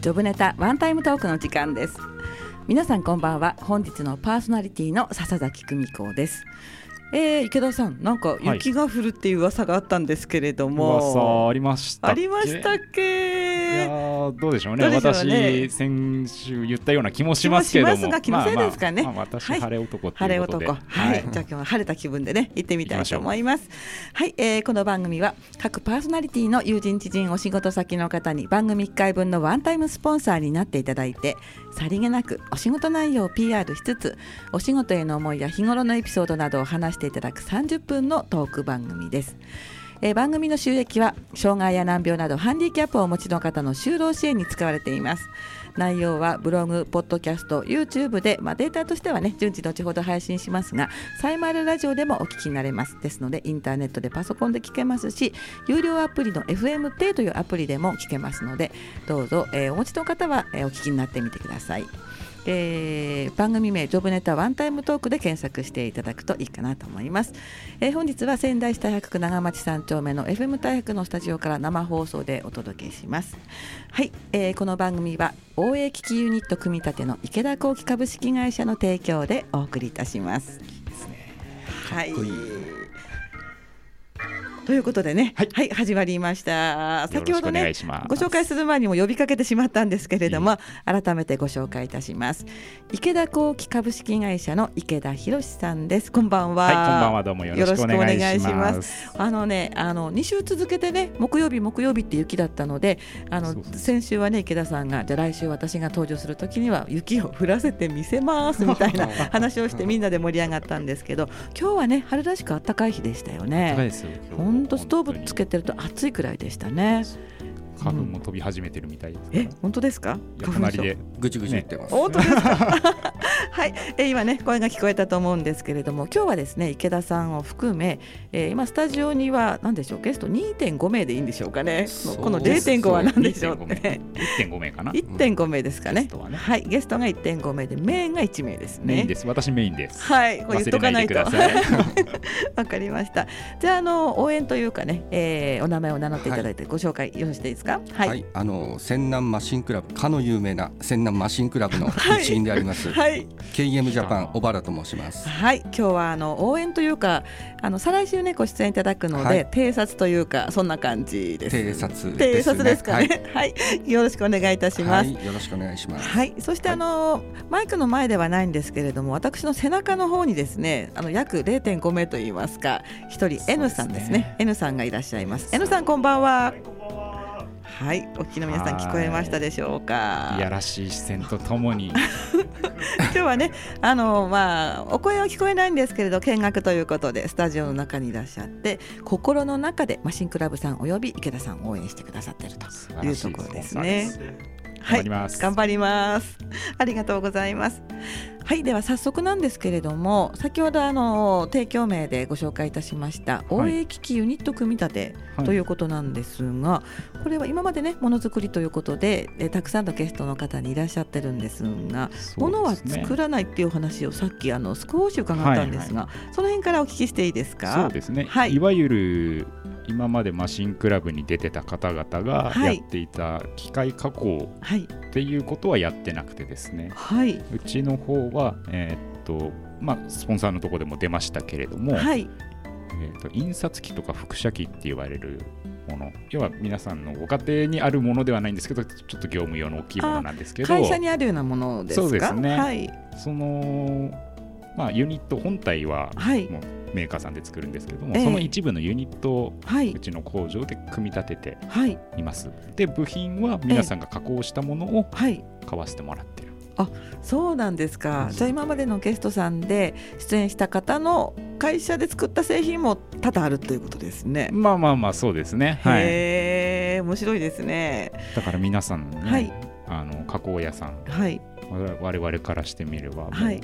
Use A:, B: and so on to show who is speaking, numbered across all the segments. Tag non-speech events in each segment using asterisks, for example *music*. A: ジョブネタワンタイムトークの時間です皆さんこんばんは本日のパーソナリティの笹崎久美子ですえー、池田さんなんか雪が降るっていう噂があったんですけれども、
B: 噂ありました
A: ありましたっ
B: いや
A: け
B: ーどうでしょうね
A: どうでしょうね
B: 私先週言ったような気もしますけども
A: 気もしますが気のせいですかね
B: まあまあまあ私
A: はい
B: 晴れ男って
A: 晴
B: い
A: れ
B: うことで、
A: 男、はい、じゃあ今日は晴れた気分でね、行ってみたいと思います。はい、えーこの番組は各パーソナリティの友人知人お仕事先の方に番組1回分のワンタイムスポンサーになっていただいて、さりげなくお仕事内容を PR しつつ、お仕事への思いや日頃のエピソードなどを話していただく30分のトーク番組です。えー番組の収益は障害や難病などハンディキャップをお持ちの方の就労支援に使われています内容はブログ、ポッドキャスト、YouTube で、まあ、データとしてはね順次後ほど配信しますがサイマルラジオでもお聞きになれますですのでインターネットでパソコンで聞けますし有料アプリの FM ペイというアプリでも聞けますのでどうぞ、えーお持ちの方は、えーお聞きになってみてください、えー番組名ジョブネタワンタイムトークで検索していただくといいかなと思いますえー本日は仙台市太白区長町三丁目の FM 太白のスタジオから生放送でお届けしますはい、えーこの番組は応援機器ユニット組み立ての池田工機株式会社の提供でお送りいたしますはい
B: こいい
A: ということでね、は
B: はいい、
A: 始まりました。先ほど
B: よろ
A: ね
B: しくお願いします
A: ご紹介する前にも呼びかけてしまったんですけれども、改めてご紹介いたします。池田工機株式会社の池田博さんです。こんばんは。
B: はいこんばんはどうもよろしくお願
A: よろく
B: いします
A: お願いしますあのね、あの二週続けてね、木曜日木曜日って雪だったので、あの
B: そうそう
A: 先週はね池田さんがじゃあ来週私が登場する時には雪を降らせてみせますみた
B: *laughs*
A: いな話をしてみんなで盛り上がったんですけど、今日はね春らしく暖かい日でしたよ
B: 高い
A: ね。
B: ですよ今日
A: 本当ストーブつけ
B: 本
A: てると暑いくらいでしたね。
B: 当に花粉も飛び始めてるみたいですから、
A: え本当ですか？
B: いや隣で
C: ぐちぐち言ってます。
A: 本当ですか *laughs* はい、えー今ね声が聞こえたと思うんですけれども今日はですね池田さんを含め、えー今スタジオには何でしょうゲスト2.5名でいいんでしょうかね
C: そう
A: この0.5は何でしょうってね
B: 1.5名かな、
A: 1.5名ですかね
B: ゲストはね
A: はいゲストが1.5名でメインが1名ですね
B: メインです私メインです
A: はいこれ言っとかないと
B: 忘れないでください
A: *laughs* わかりましたじゃああの応援というかね、えーお名前を名乗っていただいてご紹介よろしいですかは
C: はいい、
A: はい、
C: あの仙南マシンクラブ、かの有名な仙南マシンクラブの
A: はい
C: 一員であります。
A: はい、
C: KM ジャパン小原と申します。
A: 今日はあの応援というかあの再来週ねご出演いただくので、
C: はい
A: 偵察というかそんな感じです
C: 偵察です、
A: 偵
C: ね。
A: 察ですかね。はい、よろしくお願いいたし
C: は
A: ます。
C: い、はい、よろしくお願いします。
A: はい、そしてあの、マイクの前ではないんですけれども、私の背中の方にですね、あの約0.5名と言いますか、一人 N さんですね N さんがいらっしゃいます。N さんこんばんは。はい、お聞きの皆さん
B: はい
A: 聞こえましたでしょうか。
B: いや *laughs* らしい視線とと
A: *laughs*
B: もに
A: 今日はね、あのまあお声は聞こえないんですけれど見学ということでスタジオの中にいらっしゃって、心の中でマシンクラブさんおよび池田さんを応援してくださっていると
B: 素晴らしい
A: いうところです
B: スポンサー
A: ね
B: です頑
A: は
B: 張
A: い
B: り。ます、
A: 頑張ります。ありがとうございます。はい、では早速なんですけれども、先ほどあの提供名でご紹介いたしました。
B: は
A: 応
B: い
A: 援機器ユニット組み立て
B: はい
A: ということなんですが、これは今までね、ものづくりということで、えーたくさんのゲストの方にいらっしゃってるんですが。ものは作
B: る
A: らないっていうお話をさっきあの少し伺ったんですが、その辺からお聞きしていいですか。
B: そうですね、
A: はい
B: い、わゆる今までマシンクラブに出てた方々が
A: は
B: や
A: い
B: っていた機械加工
A: はい
B: っていうことはやってなくてですね、
A: はい。
B: うちの方は、えーっとまあ、スポンサーのとこでも出ましたけれども、
A: はい、
B: えーっと印刷機とか複写機って言われるもの要は皆さんのご家庭にあるものではないんですけどちょっと業務用の大きいものなんですけど
A: 会社にあるようなものですか。
B: そうですね
A: はい、
B: その、まあ、ユニット本体は
A: はい、
B: もうメーカーさんで作るんですけども、
A: ええ
B: その一部のユニットを
A: は
B: う
A: い、
B: ちの工場で組み立てて
A: はい、
B: いますで部品は皆さんが加工したものを
A: はい。
B: 買わせてもらってる、
A: そうなんですか、
B: うん
A: じゃあ今までのゲストさんで出演した方の会社で作った製品も多々あるということですね。
B: まあまあまあそうですねはい
A: へえ面白いですね。
B: だから皆さんのね、
A: はい
B: あの加工屋さん
A: はい、
B: 我我々からしてみればもう
A: はい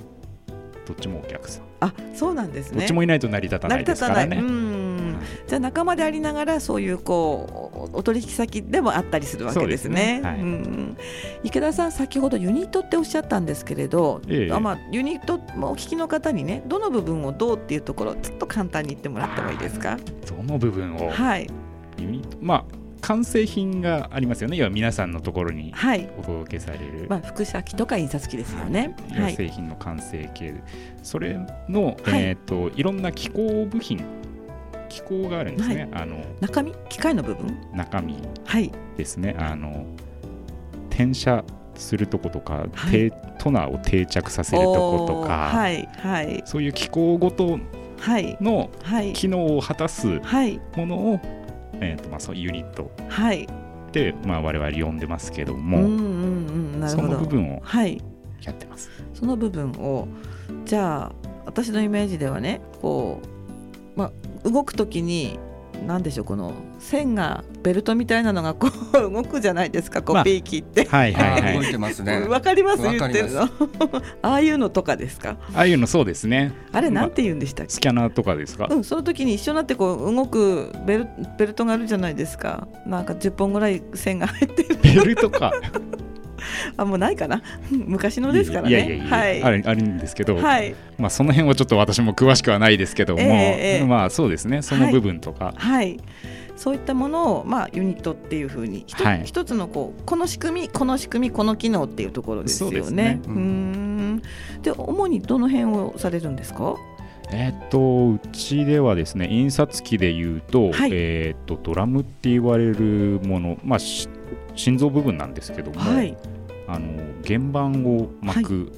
B: どっちもお客さん、
A: あそうなんですね。
B: どっちもいないと成り立たな
A: 成り
B: いで
A: 立
B: すか
A: たな
B: ら
A: い、
B: ね
A: う。んじゃあ仲間でありながらそういうこうおお取引先でもあったりするわけですね。
B: そうですねはい
A: うん池田さん先ほどユニットっておっしゃったんですけれど、
B: ええ
A: あまあ、ユニットもお聞きの方にねどの部分をどうっていうところちょっと簡単に言ってもらってもいいですか。
B: どの部分を
A: はい
B: ユニットまあ完成品がありますよね要は皆さんのところに
A: はい。
B: お届けされる、
A: まあ、複写機とか印刷機ですよね。
B: 要
A: は。
B: はい製品の完成形、それの、
A: はい
B: いえー、といろんな機構部品機構があるんですね、あの
A: 中身、機械の部分。
B: 中身
A: はい。
B: ですねあの転写するとことか、
A: はい
B: てトナーを定着させるとこと
A: おー
B: か、
A: はい。はい。
B: そういう機構ごと
A: はい。
B: の
A: はい。
B: 機能を果たす
A: はい。
B: ものを、えーとまあ、そうユニット
A: はい。
B: って、まあ、我々呼んでますけど
A: うんう
B: も、
A: んうん。なる
B: そ
A: ほ
B: の部
A: ど。
B: 分を
A: はい。
B: やってます。
A: その部分をじゃあ私のイメージではねこう、まあ、動く時に何でしょうこの線がベルトみたいなのがこう *laughs* 動くじゃないですかこ
B: ま
A: う
B: あ
A: ピー切って。
B: はいはい
C: あ
B: は
C: 動い
B: い。
C: てますね
A: わ、かります
C: わ
A: 言
C: か
A: っ
C: り
A: て
C: ま
A: る
C: す
A: の *laughs* ああいうのとかですか
B: ああいうのそうですね。
A: あれなんて言うんでしたっけ、
B: スキャナーとかですか、
A: うん、その時に一緒になってこう動くベルベルトがあるじゃないですかなんか10本ぐらい線が入ってる
B: ベルトか。
A: あもうないかな *laughs* 昔 *laughs* のですからね
B: いやいやいや、
A: はい
B: あるあるんですけど、
A: はい
B: まあ、その辺はちょっと私も詳しくはないですけども、
A: ええええ
B: まあそうですね、その部分とか、
A: はい、そういったものを、まあ、ユニットっていうふうに一つ、
B: はい
A: 一つのこうこの仕組みこの仕組みこの機能っていうところですよね。
B: そうですね
A: う
C: うんん
A: で主にどの辺をされるんですか
B: えーっとうちではですね印刷機でいうと,、
A: はい
B: えーっとドラムって言われるもの、まあ、し心臓部分なんですけども、
A: はい
B: あの原版を巻く、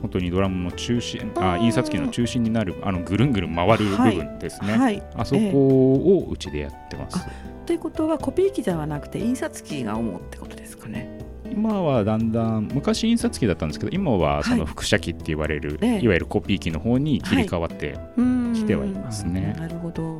B: 本当にドラムの中心あ
A: うん
B: 印刷機の中心になるあのぐるんぐるん回る部分ですね、
A: はい、
B: あそこをうちでやってます、
A: ということはコピー機ではなくて印刷機が主ってことですかね。
B: 今はだんだん昔印刷機だったんですけど今はそ
A: は
B: の
A: い
B: 複写機って言われる、
A: ええ
B: い、わゆるコピー機の方に切り替わって
A: うん
B: きてはいますね、
A: なるほど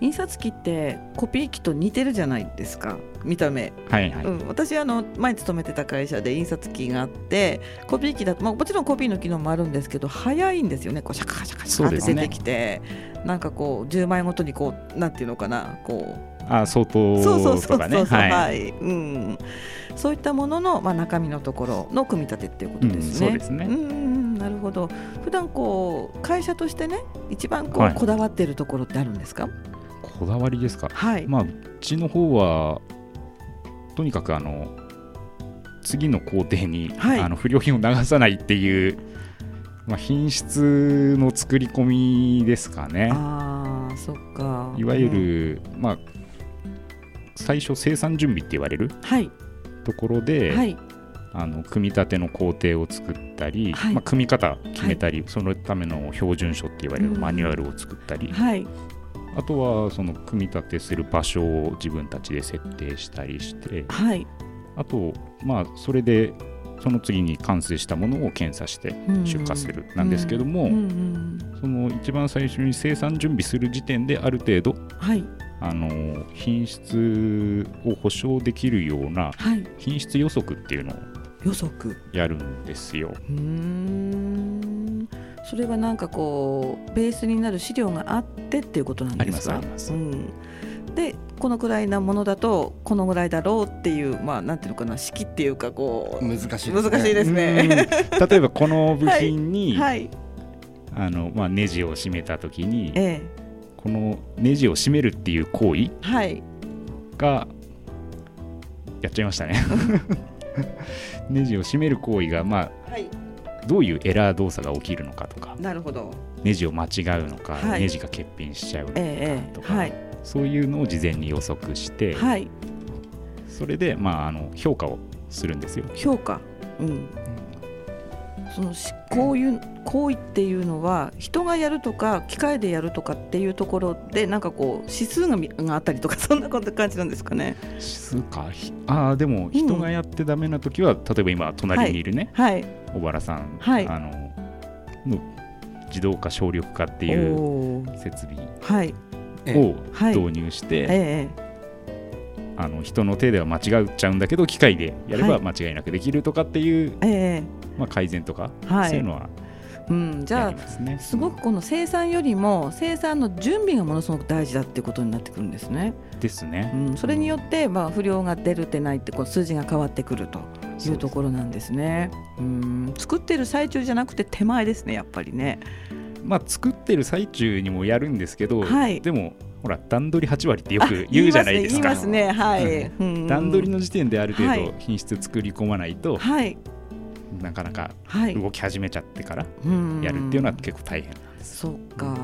A: 印刷機ってコピー機と似てるじゃないですか見た目
B: はいはい、
A: うん、私あの前勤めてた会社で印刷機があってコピー機だと、まあ、もちろんコピーの機能もあるんですけど早いんですよねこうシャカシャカシャカって
B: そうです
A: 出
B: ね
A: てきて、なんかこう10枚ごとにこうなんていうのかなこ
B: あ相当
A: うそうそうそ
B: と
A: うそ
B: か
A: う
B: ね
A: そうはい、
B: はい
A: うん、そういったものの、まあ、中身のところの組み立てっていうことですね。
B: うんそうですね
A: うんなるほど普段こう会社としてね一番こう
B: はい
A: こだわってるところってあるんですか
B: こだわりですか
A: はい、
B: まあうちの方はとにかくあの次の工程に、
A: はい
B: あの不良品を流さないっていう、まあ、品質の作り込みですかね
A: あーそっか
B: いわゆる、まあ最初生産準備って言われる
A: うんはい
B: ところで、
A: はい
B: あの組み立ての工程を作ったり、
A: はい
B: まあ、組み方決めたり、そのための標準書って言われる
A: うん
B: マニュアルを作ったり、
A: はい
B: あとはその組み立てする場所を自分たちで設定したりして
A: はい
B: あとまあそれでその次に完成したものを検査して出荷するなんですけども、
A: うんうん
B: その一番最初に生産準備する時点である程度
A: はい
B: あの品質を保証できるような
A: はい
B: 品質予測っていうのを
A: 予測
B: やるんですよ。
A: うーんそれはなんかこうベースになる資料があってっていうことなんですか
B: ありますあ
A: うん、でこのくらいなものだとこのぐらいだろうっていうまあなんていうのかな式っていうかこう
C: 難しいですね
A: 難しいですね。
B: うん例えばこの部品に、
A: はい
B: あのまあ、ネジを締めた時に
A: ええ
B: このネジを締めるっていう行為
A: はい
B: がやっちゃいまし
A: *laughs*
B: たねネジを締める行為が、ま
A: はい
B: あ、どういうエラー動作が起きるのかとか
A: なるほど
B: ネジを間違うのか、
A: はい
B: ネジが欠品しちゃうのか
A: ええ
B: と
A: ええ
B: か、
A: はい
B: そういうのを事前に予測して、
A: はい
B: それで、まあ、あの評価をするんですよ。
A: 評価うんそのしこういう行為っていうのは人がやるとか機械でやるとかっていうところでなんかこう指数がみがあったりとか *laughs* そんなこと感じなんですかね。
B: 指数かひあーでも人がやってダメな時は、例えば今隣にいるね、
A: はい。
B: 小原さん、
A: はい
B: あのの自動化省力化っていう
A: おー
B: 設備
A: はい。
C: ええ
B: を
A: はい
B: 導入して、
A: え
B: あの人の手では間違っちゃうんだけど機械でやれ
A: は
B: ば
A: い
B: 間違いなくできるとかっていう、
A: えええ
B: まあ、改善とか、
A: はい
B: そういうのは
A: うんじ
B: や
A: ゃ
B: りますね
A: あ。すごくこの生産よりも生産の準備がものすごく大事だっていうことになってくるんですね。
B: です
A: う
B: ね。
A: んそれによってまあ不良が出る出ないってこう数字が変わってくるというところなんですね。うん作ってる最中じゃなくて手前ですねやっぱりね。
B: まあ、作ってる最中にもやるんですけど、
A: はい
B: でもほら段取り8割ってよく言うじゃないですか。
A: 言いますね、言いますねはい、うん
B: 段取りの時点である
A: は
B: 程
A: い
B: 度品質作り込まないと、
A: はい
B: なかなか
A: はい
B: 動き始めちゃってから
A: うん
B: やるっていうのは結構大変なんです。
A: そうか。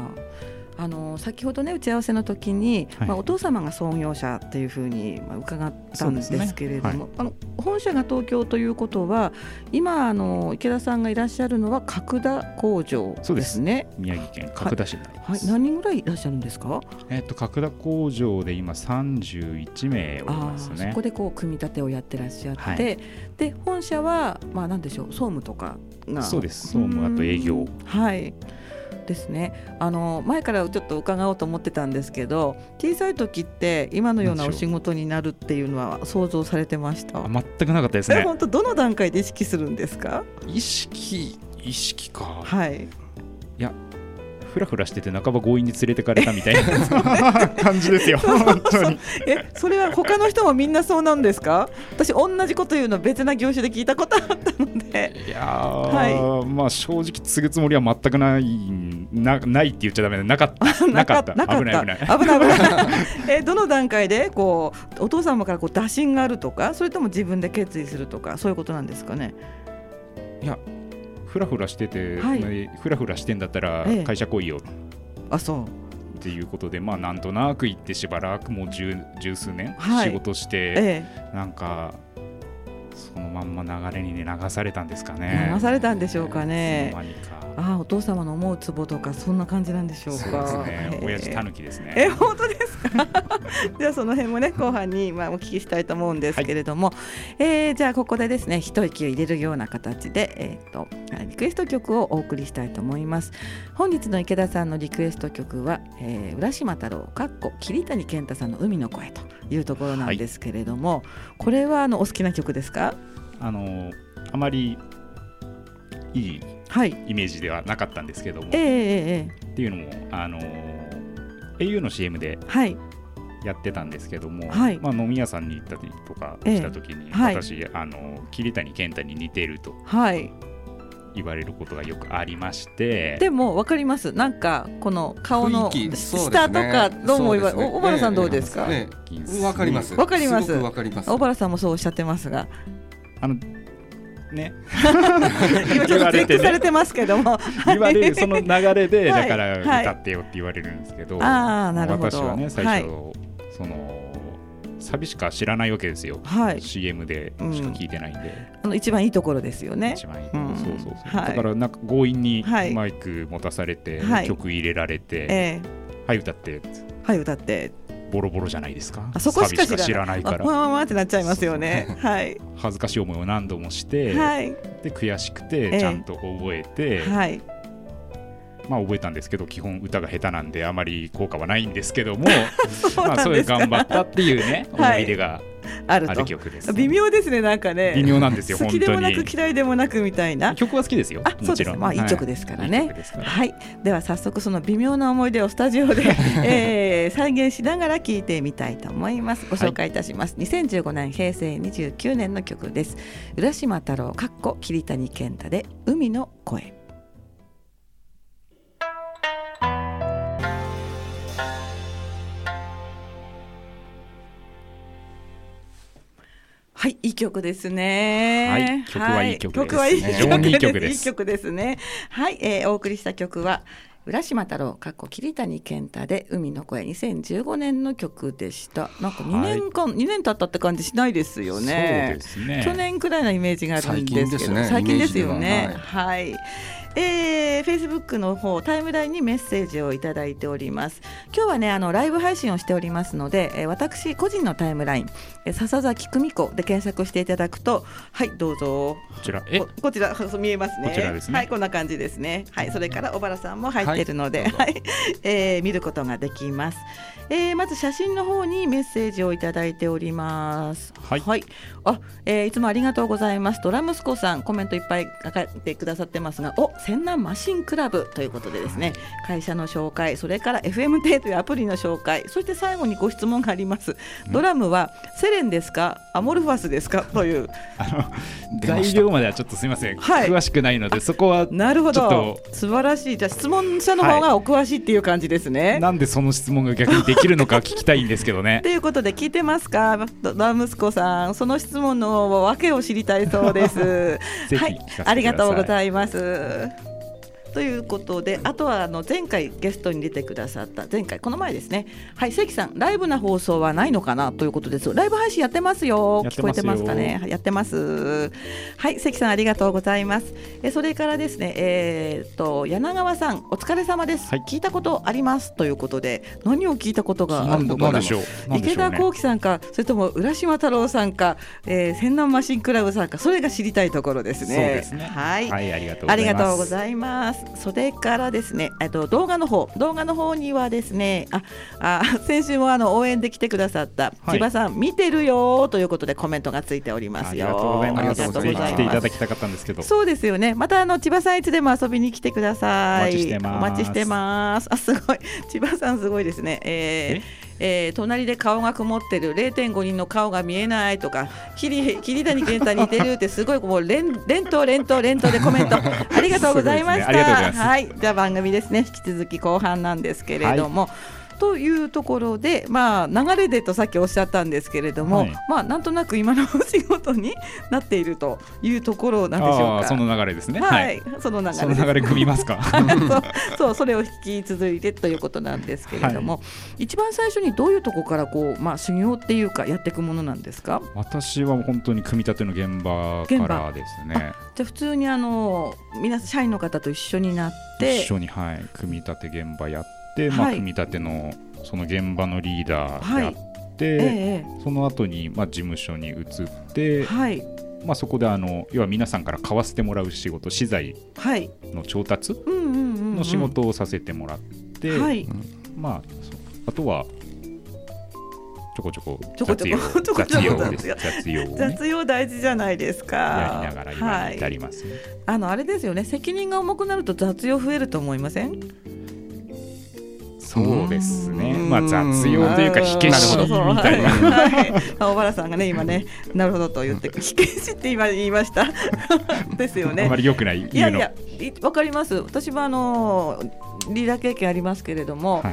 A: あの先ほどね打ち合わせの時に、
B: はい
A: まあお父様が創業者っていうふうにまあ伺ったんで
B: そうですね
A: すけれども、
B: は
A: あの本社が東京ということは今あの池田さんがいらっしゃるのは角田工場
B: そうで
A: ですすね。
B: 宮城県角田市になりま
A: はい
B: す。
A: 何人ぐらいいらっしゃるんですか。
B: えっと角田工場で今31名おり
A: あ
B: ます
A: あそ
B: ね
A: こ。でこう組み立てをやってらっしゃって、
B: はい
A: で本社はまあなんでしょう総務とかが
B: そうです総務
A: うん
B: あと営業
A: はいですねあの前からちょっと伺おうと思ってたんですけど小さい時って今のようなお仕事になるっていうのは想像されてました
B: あ。全くなかったです
A: それ
B: ね。
A: 本当どの段階で意識するんですか。
B: 意識意識か。
A: はい。
B: ふらふらしてて半ば強引に連れてかれたみたい
A: *laughs*
B: な感じですよ。本当に。
A: え、それは他の人もみんなそうなんですか。私同じこと言うの別な業種で聞いたことあったので。
B: いやー、まあ正直継ぐつもりは全くないんなないって言っちゃダメだなかった *laughs* なかった
A: *laughs* なかった。
B: 危ない危ない。
A: 危ない危ないえどの段階でこうお父様からこう打診があるとか、それとも自分で決意するとか、そういうことなんですかね。
B: ふらふらしてて、
A: はい
B: ねふらふらしてんだったら
A: ええ
B: 会社来いよっ
A: あ、そう。
B: ていうことで、まあなんとなく行ってしばらくもう十十数年
A: はい
B: 仕事して、
A: え
B: なんかそのまんま流れにね流されたんですかね。
A: え、流されたんでしょうか
B: いつ
A: ね
B: の。間にか。
A: あ、お父様の思うツボとかそんな感じなんでしょうか。
B: そうですね。親父
A: ええ
B: たぬきですね。
A: え本当ですか *laughs* じゃあその辺もね後半にまあお聞きしたいと思うんですけれども、えーじゃあここでですね一息を入れるような形で、えー、とリクエスト曲をお送りしたいと思います本日の池田さんのリクエスト曲は、えー浦島太郎かっこ桐谷健太さんの「海の声」というところなんですけれども、これはあのお好きな曲ですか
B: あのあまりいい
A: はい
B: イメージではなかったんですけども、
A: ええ
B: っ
A: えええ
B: ていうのもあの au の CM で
A: えはい
B: やってたんですけども、
A: はい
B: まあ、飲み屋さんに行ったりとか
A: ええ
B: した時に、
A: はい
B: 私あの桐谷健太に似てると
A: はい
B: 言われることがよくありまして
A: でもわかりますなんかこの顔の
C: 雰囲気そうですね
A: 下とかどうも言わ
C: そうですね
A: お小原さん
C: ええ
A: どうですか、
C: え
B: 近
C: え
B: す
C: わかります。
A: わかります
C: すごくわかります。
A: 小原さんもそうおっしゃってますが、 *laughs*
B: ね
A: 今ちょっとチェックされてますけども、
B: 言われるその流れで、
A: はい
B: だから
A: はい
B: 歌ってよって言われるんですけど、
A: あーなるほど
B: 私はね最初、
A: は
B: そのサビしか知らないわけですよ、
A: はい、
B: CM でしか聞いてないんで、
A: あの一番いいところですよね。
B: 一番いい、
A: うん
B: そうそうそう、
A: はい
B: だからなんか強引に
A: はい
B: マイク持たされて、
A: はい
B: 曲入れられて、は
A: え
B: い、歌って
A: えはい歌って、
B: ボロボロじゃないですか
A: あそこしか
B: サビ
A: 知らない、
B: か
A: あ
B: ら
A: わわわってなっちゃいますよね。はい、
B: 恥ずかしい思いを何度もして、
A: はい、
B: で悔しく
A: ええ
B: てちゃんと覚えて、
A: はい、
B: まあ覚えたんですけど基本歌が下手なんであまり効果はないんですけども
A: *laughs* そう
B: まあ
A: なん
B: そうい
A: で
B: う
A: すか。
B: 頑張ったっていうね
A: *laughs*
B: 思
A: はい
B: い出が
A: ある
B: ある
A: と。
B: 曲です、
A: 微妙ですねなんかね。
B: 微妙なんですよ
A: 好
B: 本
A: きで
B: 当
A: もなく
B: に
A: 嫌いでもなくみたいな。
B: 曲は好きですよ
A: あそ
B: も
A: う
B: ち
A: です
B: ろん
A: まあいい曲
B: は
A: ですからね
B: いい曲ですから
A: はい、では早速その微妙な思い出をスタジオ
B: *laughs*
A: で、えー再現しながら聞いてみたいと思いますご紹介いたします、2015年平成29年の曲です浦島太郎かっこ桐谷健太で海の声はい、いい曲ですね。
B: はい曲はいい曲です
A: 曲はいい
C: 非
A: 曲
C: 常
B: い
C: に
B: い曲です
A: いい曲ですね。はい、えーお送りした曲は浦島太郎かっこ桐谷健太で海の声2015年の曲でした。なんか2年間、二年経ったって感じしないですよ
B: そう
A: ね
B: で。すね
A: 去年くらいのイメージがあるんですけど、最
C: 最
A: 近で
C: 近ですすね
A: よね
C: イメー。ジで
A: はい。えー、Facebook の方タイムラインにメッセージをいただいております今日はねあのライブ配信をしておりますので、えー私個人のタイムライン、えー笹崎久美子で検索していただくとはいどうぞ
B: こちらえ
A: ここちらそう見えますね。
B: こちらですね
A: はい、こんな感じですね。はい、それから小原さんも入ってるので、
C: はい
A: はい、えー見ることができます。えーまず写真の方にメッセージをいただいております。
B: はい
A: あ、えーいつもありがとうございます。ドラムスコさんコメントいっぱい書いてくださってますが、お、泉南マシンクラブということでですね会社の紹介それから FM デーというアプリの紹介そして最後にご質問がありますドラムはセレンですかアモルファスですかという
B: あの
C: 出ました
B: 材料まではちょっとすみません、
A: はい
B: 詳しくないのでそこは
A: なるほ
B: ちょっ
A: ど
B: と
A: 素晴らしいじゃあ質問者の方がお詳しいっていう感じですね、
B: なんでその質問が逆にできるのか聞きたいんですけどね
A: ということで聞いてますかドラムスコさんその質問の訳を知りたいそうです
B: *laughs* ぜひ聞か
A: は
B: せ
A: い
B: てください
A: ありがとうございますということであとはあの前回ゲストに出てくださった前回この前ですねはい関さんライブな放送はないのかなということですライブ配信やってますよ
B: やっ
A: 聞
B: て
A: こ
B: ますよ
A: えてますかねはいやってますはい関さんありがとうございますえそれからですねえーっと柳川さんお疲れ様です、
B: はい
A: 聞いたことありますということで何を聞いたことがあるのか
B: な
A: なん
B: でしょうなんで
A: 池
B: しょ
A: 田
B: うね
A: 光輝さんか、それとも浦島太郎さんか、えー、千南マシンクラブさんか、それが知りたいところですね。
B: そうですね
A: はい。
B: はいありがとうございます
A: ありがとうございます。それからですね、えっと動画の方、動画の方にはですね、あ、あ *laughs* 先週もあの応援で来てくださった
B: は
A: 千
B: い
A: 葉さん、見てるよーということでコメントがついておりますよ。
C: ありがとうござい
B: ぜひ
C: ます
B: 来ていただきたかったんですけど
A: そうですよね。またあの千葉さんいつでも遊びに来てください。
B: お待ちしてます
A: お待ちしてます。あすごい千葉さんすごいですね。えーえー隣で顔が曇ってる0.5人の顔が見えないとか桐桐谷健太に似てるってすごいもう連連投連投連投でコメ
B: *laughs*
A: ントありがとうございまし
B: すごいですねありがとうござい
A: た。
B: ます
A: はいじゃあ番組ですね引き続き後半なんですけれども。というところで、まあ、流れでとさっきおっしゃったんですけれども、
B: はい
A: まあ、なんとなく今のお仕事になっているというところなんでしょうか。
B: あーその流れですね
A: は
B: はいい、
A: その流れ
B: その流れ組みますか
A: *laughs* そうそうそれを引き続いてということなんですけれども、一番最初にどういうとこからこう、まあ、修行っていうかやっていくものなんですか
B: 私は本当に組み立ての現場からですね
A: じゃあ普通にあの皆さん社員の方と一緒になって
B: 一緒に、はい、組み立て現場やって、まあ、
A: はい
B: 組み立てのその現場のリーダーやって、
A: ええ
B: その後にまあ事務所に移っ
A: ええ
B: て、
A: はい
B: まあ、そこであの要は皆さんから買わせてもらう仕事資材
A: はい、
B: の調達
A: うんうんうんうん
B: の仕事をさせてもらって、
A: はい
B: まあ、そうあとはちょこちょこ
A: ちょこ *laughs* ちょこちょこちょこ
B: 雑用です
A: 雑用
B: 雑用をね
A: 雑用大事じゃないですか
B: やりながら今やってあ
A: はい、
B: りますね、
A: あのあれですよね責任が重くなると雑用増えると思いません
B: そうですね
C: うん
B: まあ雑用というか火消しみたいな
A: な。
B: *laughs*
A: はいあ小原さんがね今ねなるほどと言って火消しって今言いました *laughs* ですよ
B: あんま
A: ね。
B: り良くない
A: い
B: 言
A: や
B: う
A: い
B: の
A: やいわかります。私はあのリーダー経験ありますけれども。
B: はいは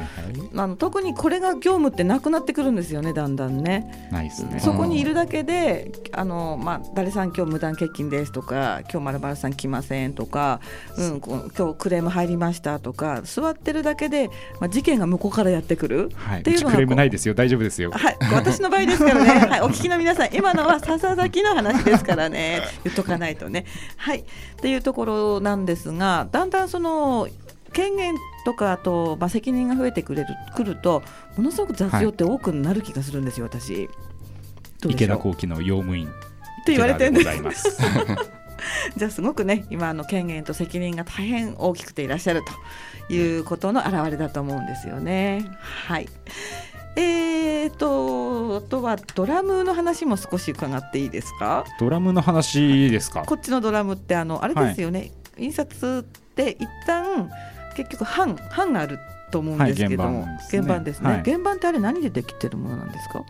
A: あの特にこれが業務ってなくなってくるんですよね、だんだんね。
B: い、ないですね。
A: そこにいるだけで、あのまあ、誰さん、今日無断欠勤ですとか、今日まるまるさん来ませんとか、うん、こう今日クレーム入りましたとか、座ってるだけで、まあ、事件が向こうからやってくる、
B: はい、
A: っ
B: う
A: ていう
B: ち
A: のが
B: クレームないですよ、大丈夫ですよ。
A: はい、私の場合ですからね、はい、お聞きの皆さん、今のは笹崎の話ですからね、言っとかないとね。はい、っていうところなんですが、だんだんその権限とかあと、まあ、責任が増えてくれるくると、ものすごく雑用って多くなる気がするんですよ、私。どうでし
B: 池
A: ょ
B: 田
A: うっ
B: 光輝の用務員
A: て言われてるんで。
B: 池田でございますす。
A: *laughs* じゃあすごくね今あの権限と責任が大変大きくていらっしゃるということの表れだと思うんですよね。はいえー、とあとはドラムの話も少し伺っていいですか
B: ドラムの話ですか。
A: こっちのドラムってあのあれですよね、印刷って一旦結局版版があると思うんですけども、
B: はい原版
A: 原版で
B: ですね
A: すね、
B: はい
A: 原版ってあれ何でできてるものなんですか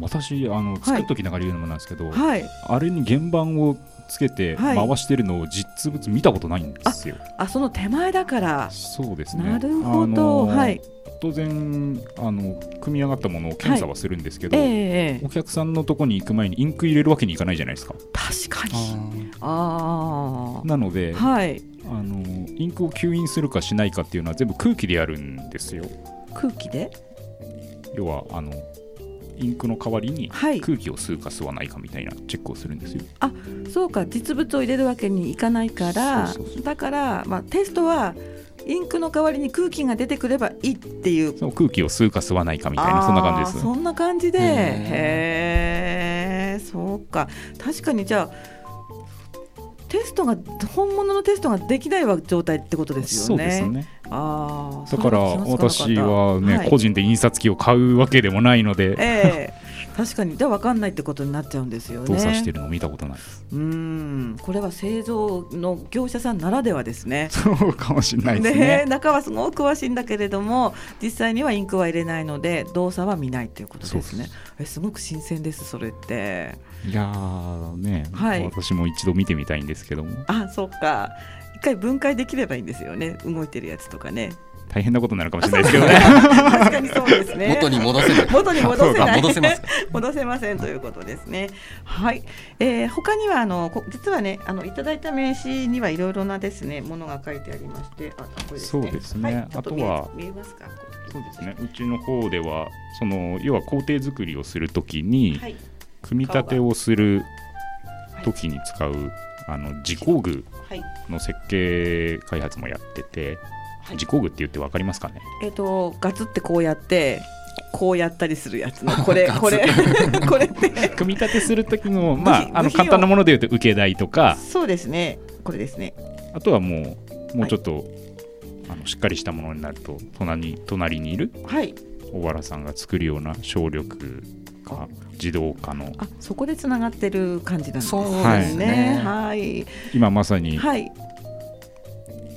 B: 私あの作っときながら言うのもなんですけど、
A: はい
B: あれに原版をつけて
A: はい
B: 回してるのを実物見たことないんですよ。
A: あその手前だから、
B: そうですね。
A: なるほど、
B: あのー
A: はい
B: 当然あの組み上がったものを検査はするんですけど、
A: ええええ
B: お客さんのとこに行く前にインク入れるわけにいかないじゃないですか。
A: 確か
C: あ
A: に
C: ー
A: あ
B: なので、
A: あはい
B: あのインクを吸引するかしないかっていうのは全部空気でやるんですよ。
A: 空気で
B: 要はあのインクの代わりに
A: はい
B: 空気を吸うか吸わないかみたいなチェックをするんですよ。
A: そうか実物を入れるわけにいかないから
B: そうそうそう
A: だから、まあ、テストはインクの代わりに空気が出てくればいいっていうみ
B: その空気を吸うか吸わないかみたいなそんな感じです。
A: そんな感じで
C: へー
A: へえそうか確かにじゃあテストが本物のテストができないわ状態ってことです
B: そ
A: よ
B: う
A: ね。
B: ですね。
A: あー
B: だから
A: それは気がつかなかった
B: 私はね、
A: い
B: 個人で印刷機を買うわけでもないので、
A: ええ確かにじゃあ分かんないってことになっちゃうんですよね
B: 動作してるの見たことないです。
A: うんこれは製造の業者さんならではですね
B: そうかもしれないですね。
A: え中はすごく詳しいんだけれども実際にはインクは入れないので動作は見ないということですね
B: そ
A: えすごく新鮮ですそれって
B: いやーね、
A: はい
B: 私も一度見てみたいんですけども
A: あそうか一回分解できればいいんですよね動いてるやつとかね
B: 大変なことになるかもしれないですけどね。
A: 確かにそうですね
C: 元に戻せない。
A: 元に戻せな
C: あ
A: い
C: 戻せますか。
A: 戻せませんということですね。はい、えー、他にはあのこ実はねあのいただいた名刺にはいろいろなですねものが書いてありまして、あこれですね。
B: そうですね
A: い、ちょっ見え
B: あとは
A: 見えますか。これ
B: そうですね。うちの方ではその要は工程作りをするときに
A: はい
B: 組み立てをするときに使うあの自工具
A: はい
B: の設計開発もやってて
A: はい
B: 自。工具って言ってわかりますかね。
A: えっ、とガツってこうやってこうやったりするや
B: *laughs*
A: つのこれ
C: ガツ
A: これ *laughs* これって
B: 組み立てする
A: *laughs*
B: 時のま
A: 部
B: あ
A: 品
B: あ
A: 部
B: の
A: 品を
B: 簡単なもので言うと受け台とか
A: そうですねこれですね。
B: あとはもうもうちょっと、あのしっかりしたものになると隣に隣にいる
A: はい
B: 小原さんが作るような省力化自動化の
A: あそこでつながってる感じなんです
C: そう
B: です
A: ね
C: ね
A: はい
B: 今まさに
A: はい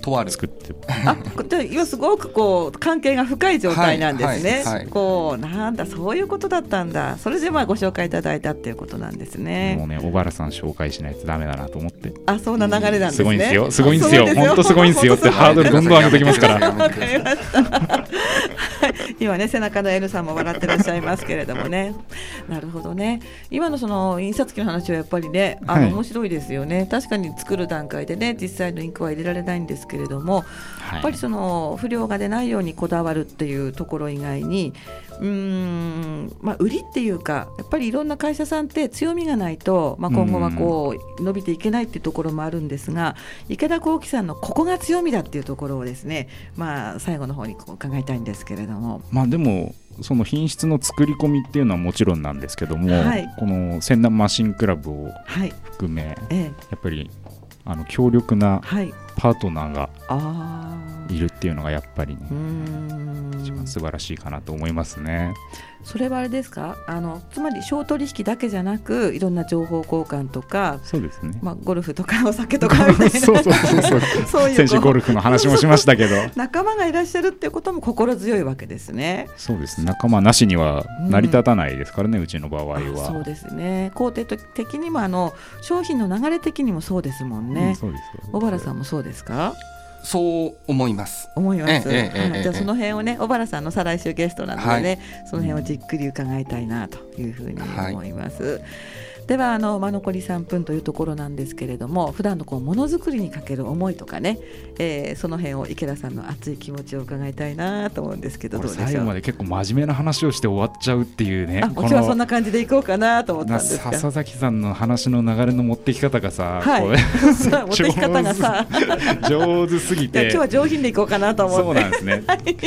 C: とある。
B: 作って、
A: あ、こじゃあ今すごくこう関係が深い状態なんですね。
C: はいはいはい
A: こうなんだそういうことだったんだ。それでまあご紹介いただいたっていうことなんです
B: もう
A: ね。
B: ね小原さん紹介しないとダメだなと思って
A: あ、そんな流れなんですね。
B: すごいんですよすごいんです
A: あ
B: よ
A: そう
B: 本当すごいんですよってハードルどんどん上げてきますか
C: や
B: ら
C: めて
A: わ
C: く
A: か
C: ださ
A: り
C: い
A: ました。 *laughs* はい今ね背中の L さんも笑ってらっしゃいますけれどもね。なるほどね。今のその印刷機の話はやっぱりね、あの
B: はい
A: 面白いですよね。確かに作る段階でね、実際のインクは入れられないんですけれども、やっぱりその不良が出ないようにこだわるっていうところ以外にうーん、まあ、売りっていうかやっぱりいろんな会社さんって強みがないと、まあ、今後はこう伸びていけないっていうところもあるんですが池田光輝さんのここが強みだっていうところをですね、まあ、最後の方にこう伺いたいんですけれども。
B: まあでもその品質の作り込みっていうのはもちろんなんですけども、
A: はい
B: この千南マシンクラブを
A: はい、
B: 含めや
A: ええ、
B: っぱりあの強力な
A: はい、
B: パートナーが
A: あー
B: いるっていうのがやっぱりね
A: うーん
B: 一番素晴らしいかなと思いますね。
A: それはあれですかあのつまり商取引だけじゃなくいろんな情報交換とか、
B: そうですね。
A: まあ、ゴルフとかお *laughs* 酒とかみたいな
B: そうそうそうそう。
A: *laughs* そういう
B: 選手
A: こ
B: ゴ
A: う
B: ルフの話もしましたけど。
A: 仲間がいらっしゃるっていうことも心強いわけですね。
B: そうですね。仲間なしには成り立たないですからね、うちの場合は。
A: あそうですね。工程的にもあの商品の流れ的にもそうですもん
B: う
A: ね
B: ん。そうですよ
A: 小原さんもそうですか
C: そう思います。
A: 思います、
C: ええええ
A: はい
C: ええ
A: じゃあその辺をね小原さんの再来週ゲストなのでね、その辺をじっくり伺いたいなというふうに思います、ではあの、まあ、残り3分というところなんですけれども普段のこうものづくりにかける思いとかね、えーその辺を池田さんの熱い気持ちを伺いたいなと思うんですけど
B: こ
A: ど
B: れ
A: うで
B: 最
A: しょ
B: 後ま
A: う
B: で結構真面目な話をして終わっちゃうっていうね。
A: あ
B: こ
A: も
B: の
A: ちろんそんな感じでいこうかなと思ったん
B: な
A: ですが
B: 笹崎さんの話の流れの持ってき方がさ、
A: はい
B: こう *laughs*
A: *laughs* さあ持ってき方がさ
B: 上手すぎ
A: いや
B: て
A: 今日は上品でいこうかなと
B: そ
A: 思
B: う
A: っ
B: な
A: て
B: んですね。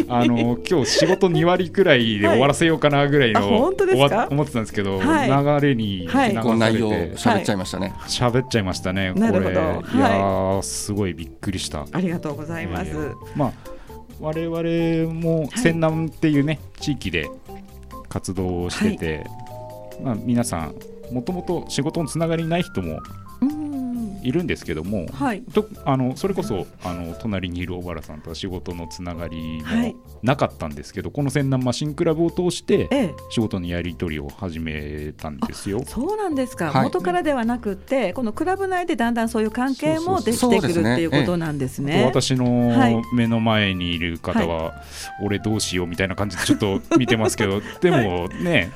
B: あの今日仕事2割くらいで終わらせようかなぐらい
A: はい *laughs*
B: の、
A: あ本当ですか
B: 終わ思ってたんですけど、
A: はい
B: 流れに流さ
A: はい
B: れて
A: 結
C: こう内容喋っちゃいましたね。
B: 喋っちゃいましたね。これ
A: なるほど
B: いや
A: は
B: ーすごいびっくりした。
A: ありがとうございます、
B: えーまあ我々も
A: はい
B: 泉南っていうね、地域で活動をしてて、まあ皆さんもともと仕事のつながりない人も
A: うん
B: いるんですけども。
A: はい
B: とあのそれこそあの隣にいる小原さんとは仕事のつながり
A: はい
B: もなかったんですけど、この泉南マシンクラブを通して
A: ええ
B: 仕事のやり取りを始めたんですよ。
A: そうなんですか、
C: はい
A: 元からではなくってこのクラブ内でだんだんそういう関係もでき
C: そうそ
A: て
C: う
A: く
C: そう
A: るっていうことなんですね。
B: 私
A: はい
B: の目の前にいる方は、俺どうしようみたいな感じでちょっと見てますけ
A: *laughs*
B: どでもね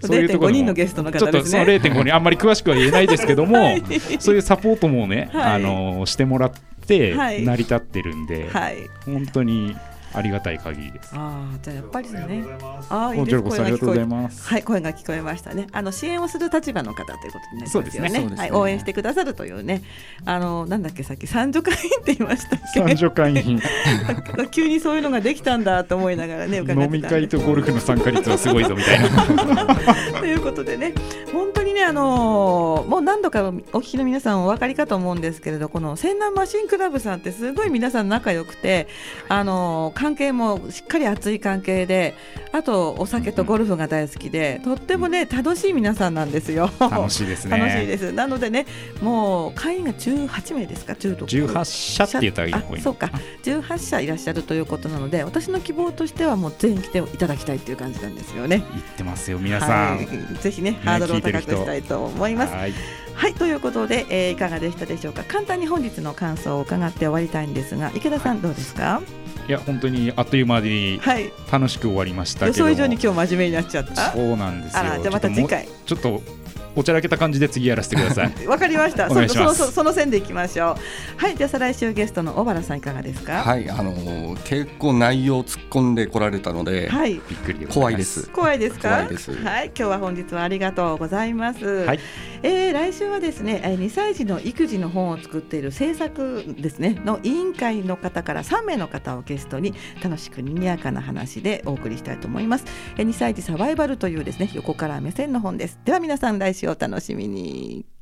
B: そういうとこ
A: 0.5人の
B: ろでも
A: ゲストの
B: ちょ
A: 方
B: っ
A: で
B: と
A: す
B: その
A: ね。
B: 0.5にあんまり詳しくは言えないですけども、
A: はい
B: そういうサポートもね、
A: はい
B: あのしてもらって
A: はい
B: 成り立ってるんで、
A: はい。
B: 本当にありがたい限りです。
A: ああ、じゃあやっぱりね。ああ、いい
B: こち
A: で
B: ら
A: す。
B: こ
A: 声
B: そあ
A: が
B: り
A: 聞
B: がとうご
A: こ
B: ざい
A: え
B: ます。
A: はい、声が聞こえましたね。あの支援をする立場の方ということになります
B: そ
A: よ
B: う
A: ね。
B: ですね
C: そうですね
A: はい、応援してくださるというね。あの、なんだっけ、さっき三女会員って言いましたっけ。
B: 三女会員
A: *laughs* 急にそういうのができたんだと思いながらね、伺ってた
B: 飲
A: んで *laughs*
B: み会とゴルフの参加率はすごいぞみたいな。
A: ということでね、本当にね、ね、あのーもう何度かお聞きの皆さんお分かりかと思うんですけれどこの泉南マシンクラブさんってすごい皆さん仲良くて、あのー関係もしっかり熱い関係であとお酒とゴルフが大好きで、とってもね楽しい皆さんなんですよ。
B: 楽しいですね。
A: 楽しいです。なのでね、もう会員が18名ですか、16
B: 18社って言ったらいいのか
A: あそうか、18社いらっしゃるということなので、私の希望としてはもう全員来ていただきたいという感じなんですよね。
B: 言ってますよ、皆さん。
A: はい、ぜひね、ハードルを高くしたいと思います。
B: はい
A: はい、ということで、えーいかがでしたでしょうか。簡単に本日の感想を伺って終わりたいんですが、池田さんどうですか。
B: いや、本当にあっという間に
A: はい、
B: 楽しく終わりました
A: 予
B: けど
A: 想
B: も。
A: 以上に今日真面目になっちゃった。
B: そうなんですよ。
A: あら、じゃあまた次回。
B: ちょっともう。ちょっとおちゃらけた感じで次やらせてく
A: *laughs*
B: ださい。
A: わかりました。
B: お
A: そ
B: 願
A: の
B: いし
A: その
B: ます
A: その線でいきましょう。はい、じゃあ再来週ゲストの小原さんいかがですか。
C: はい、あのー結構内容突っ込んでこられたので、
A: はい。
B: びっくりでござ
C: 怖い
B: ま
C: です。
A: 怖いですか。
C: 怖いです
A: はい、今日は本日はありがとうございます。
B: はい
A: えー来週はですね、えー2歳児の育児の本を作っている制作ですねの委員会の方から3名の方をゲストに楽しく賑やかな話でお送りしたいと思います。えー2歳児サバイバルというですね横から目線の本です。では皆さん来週お楽しみに。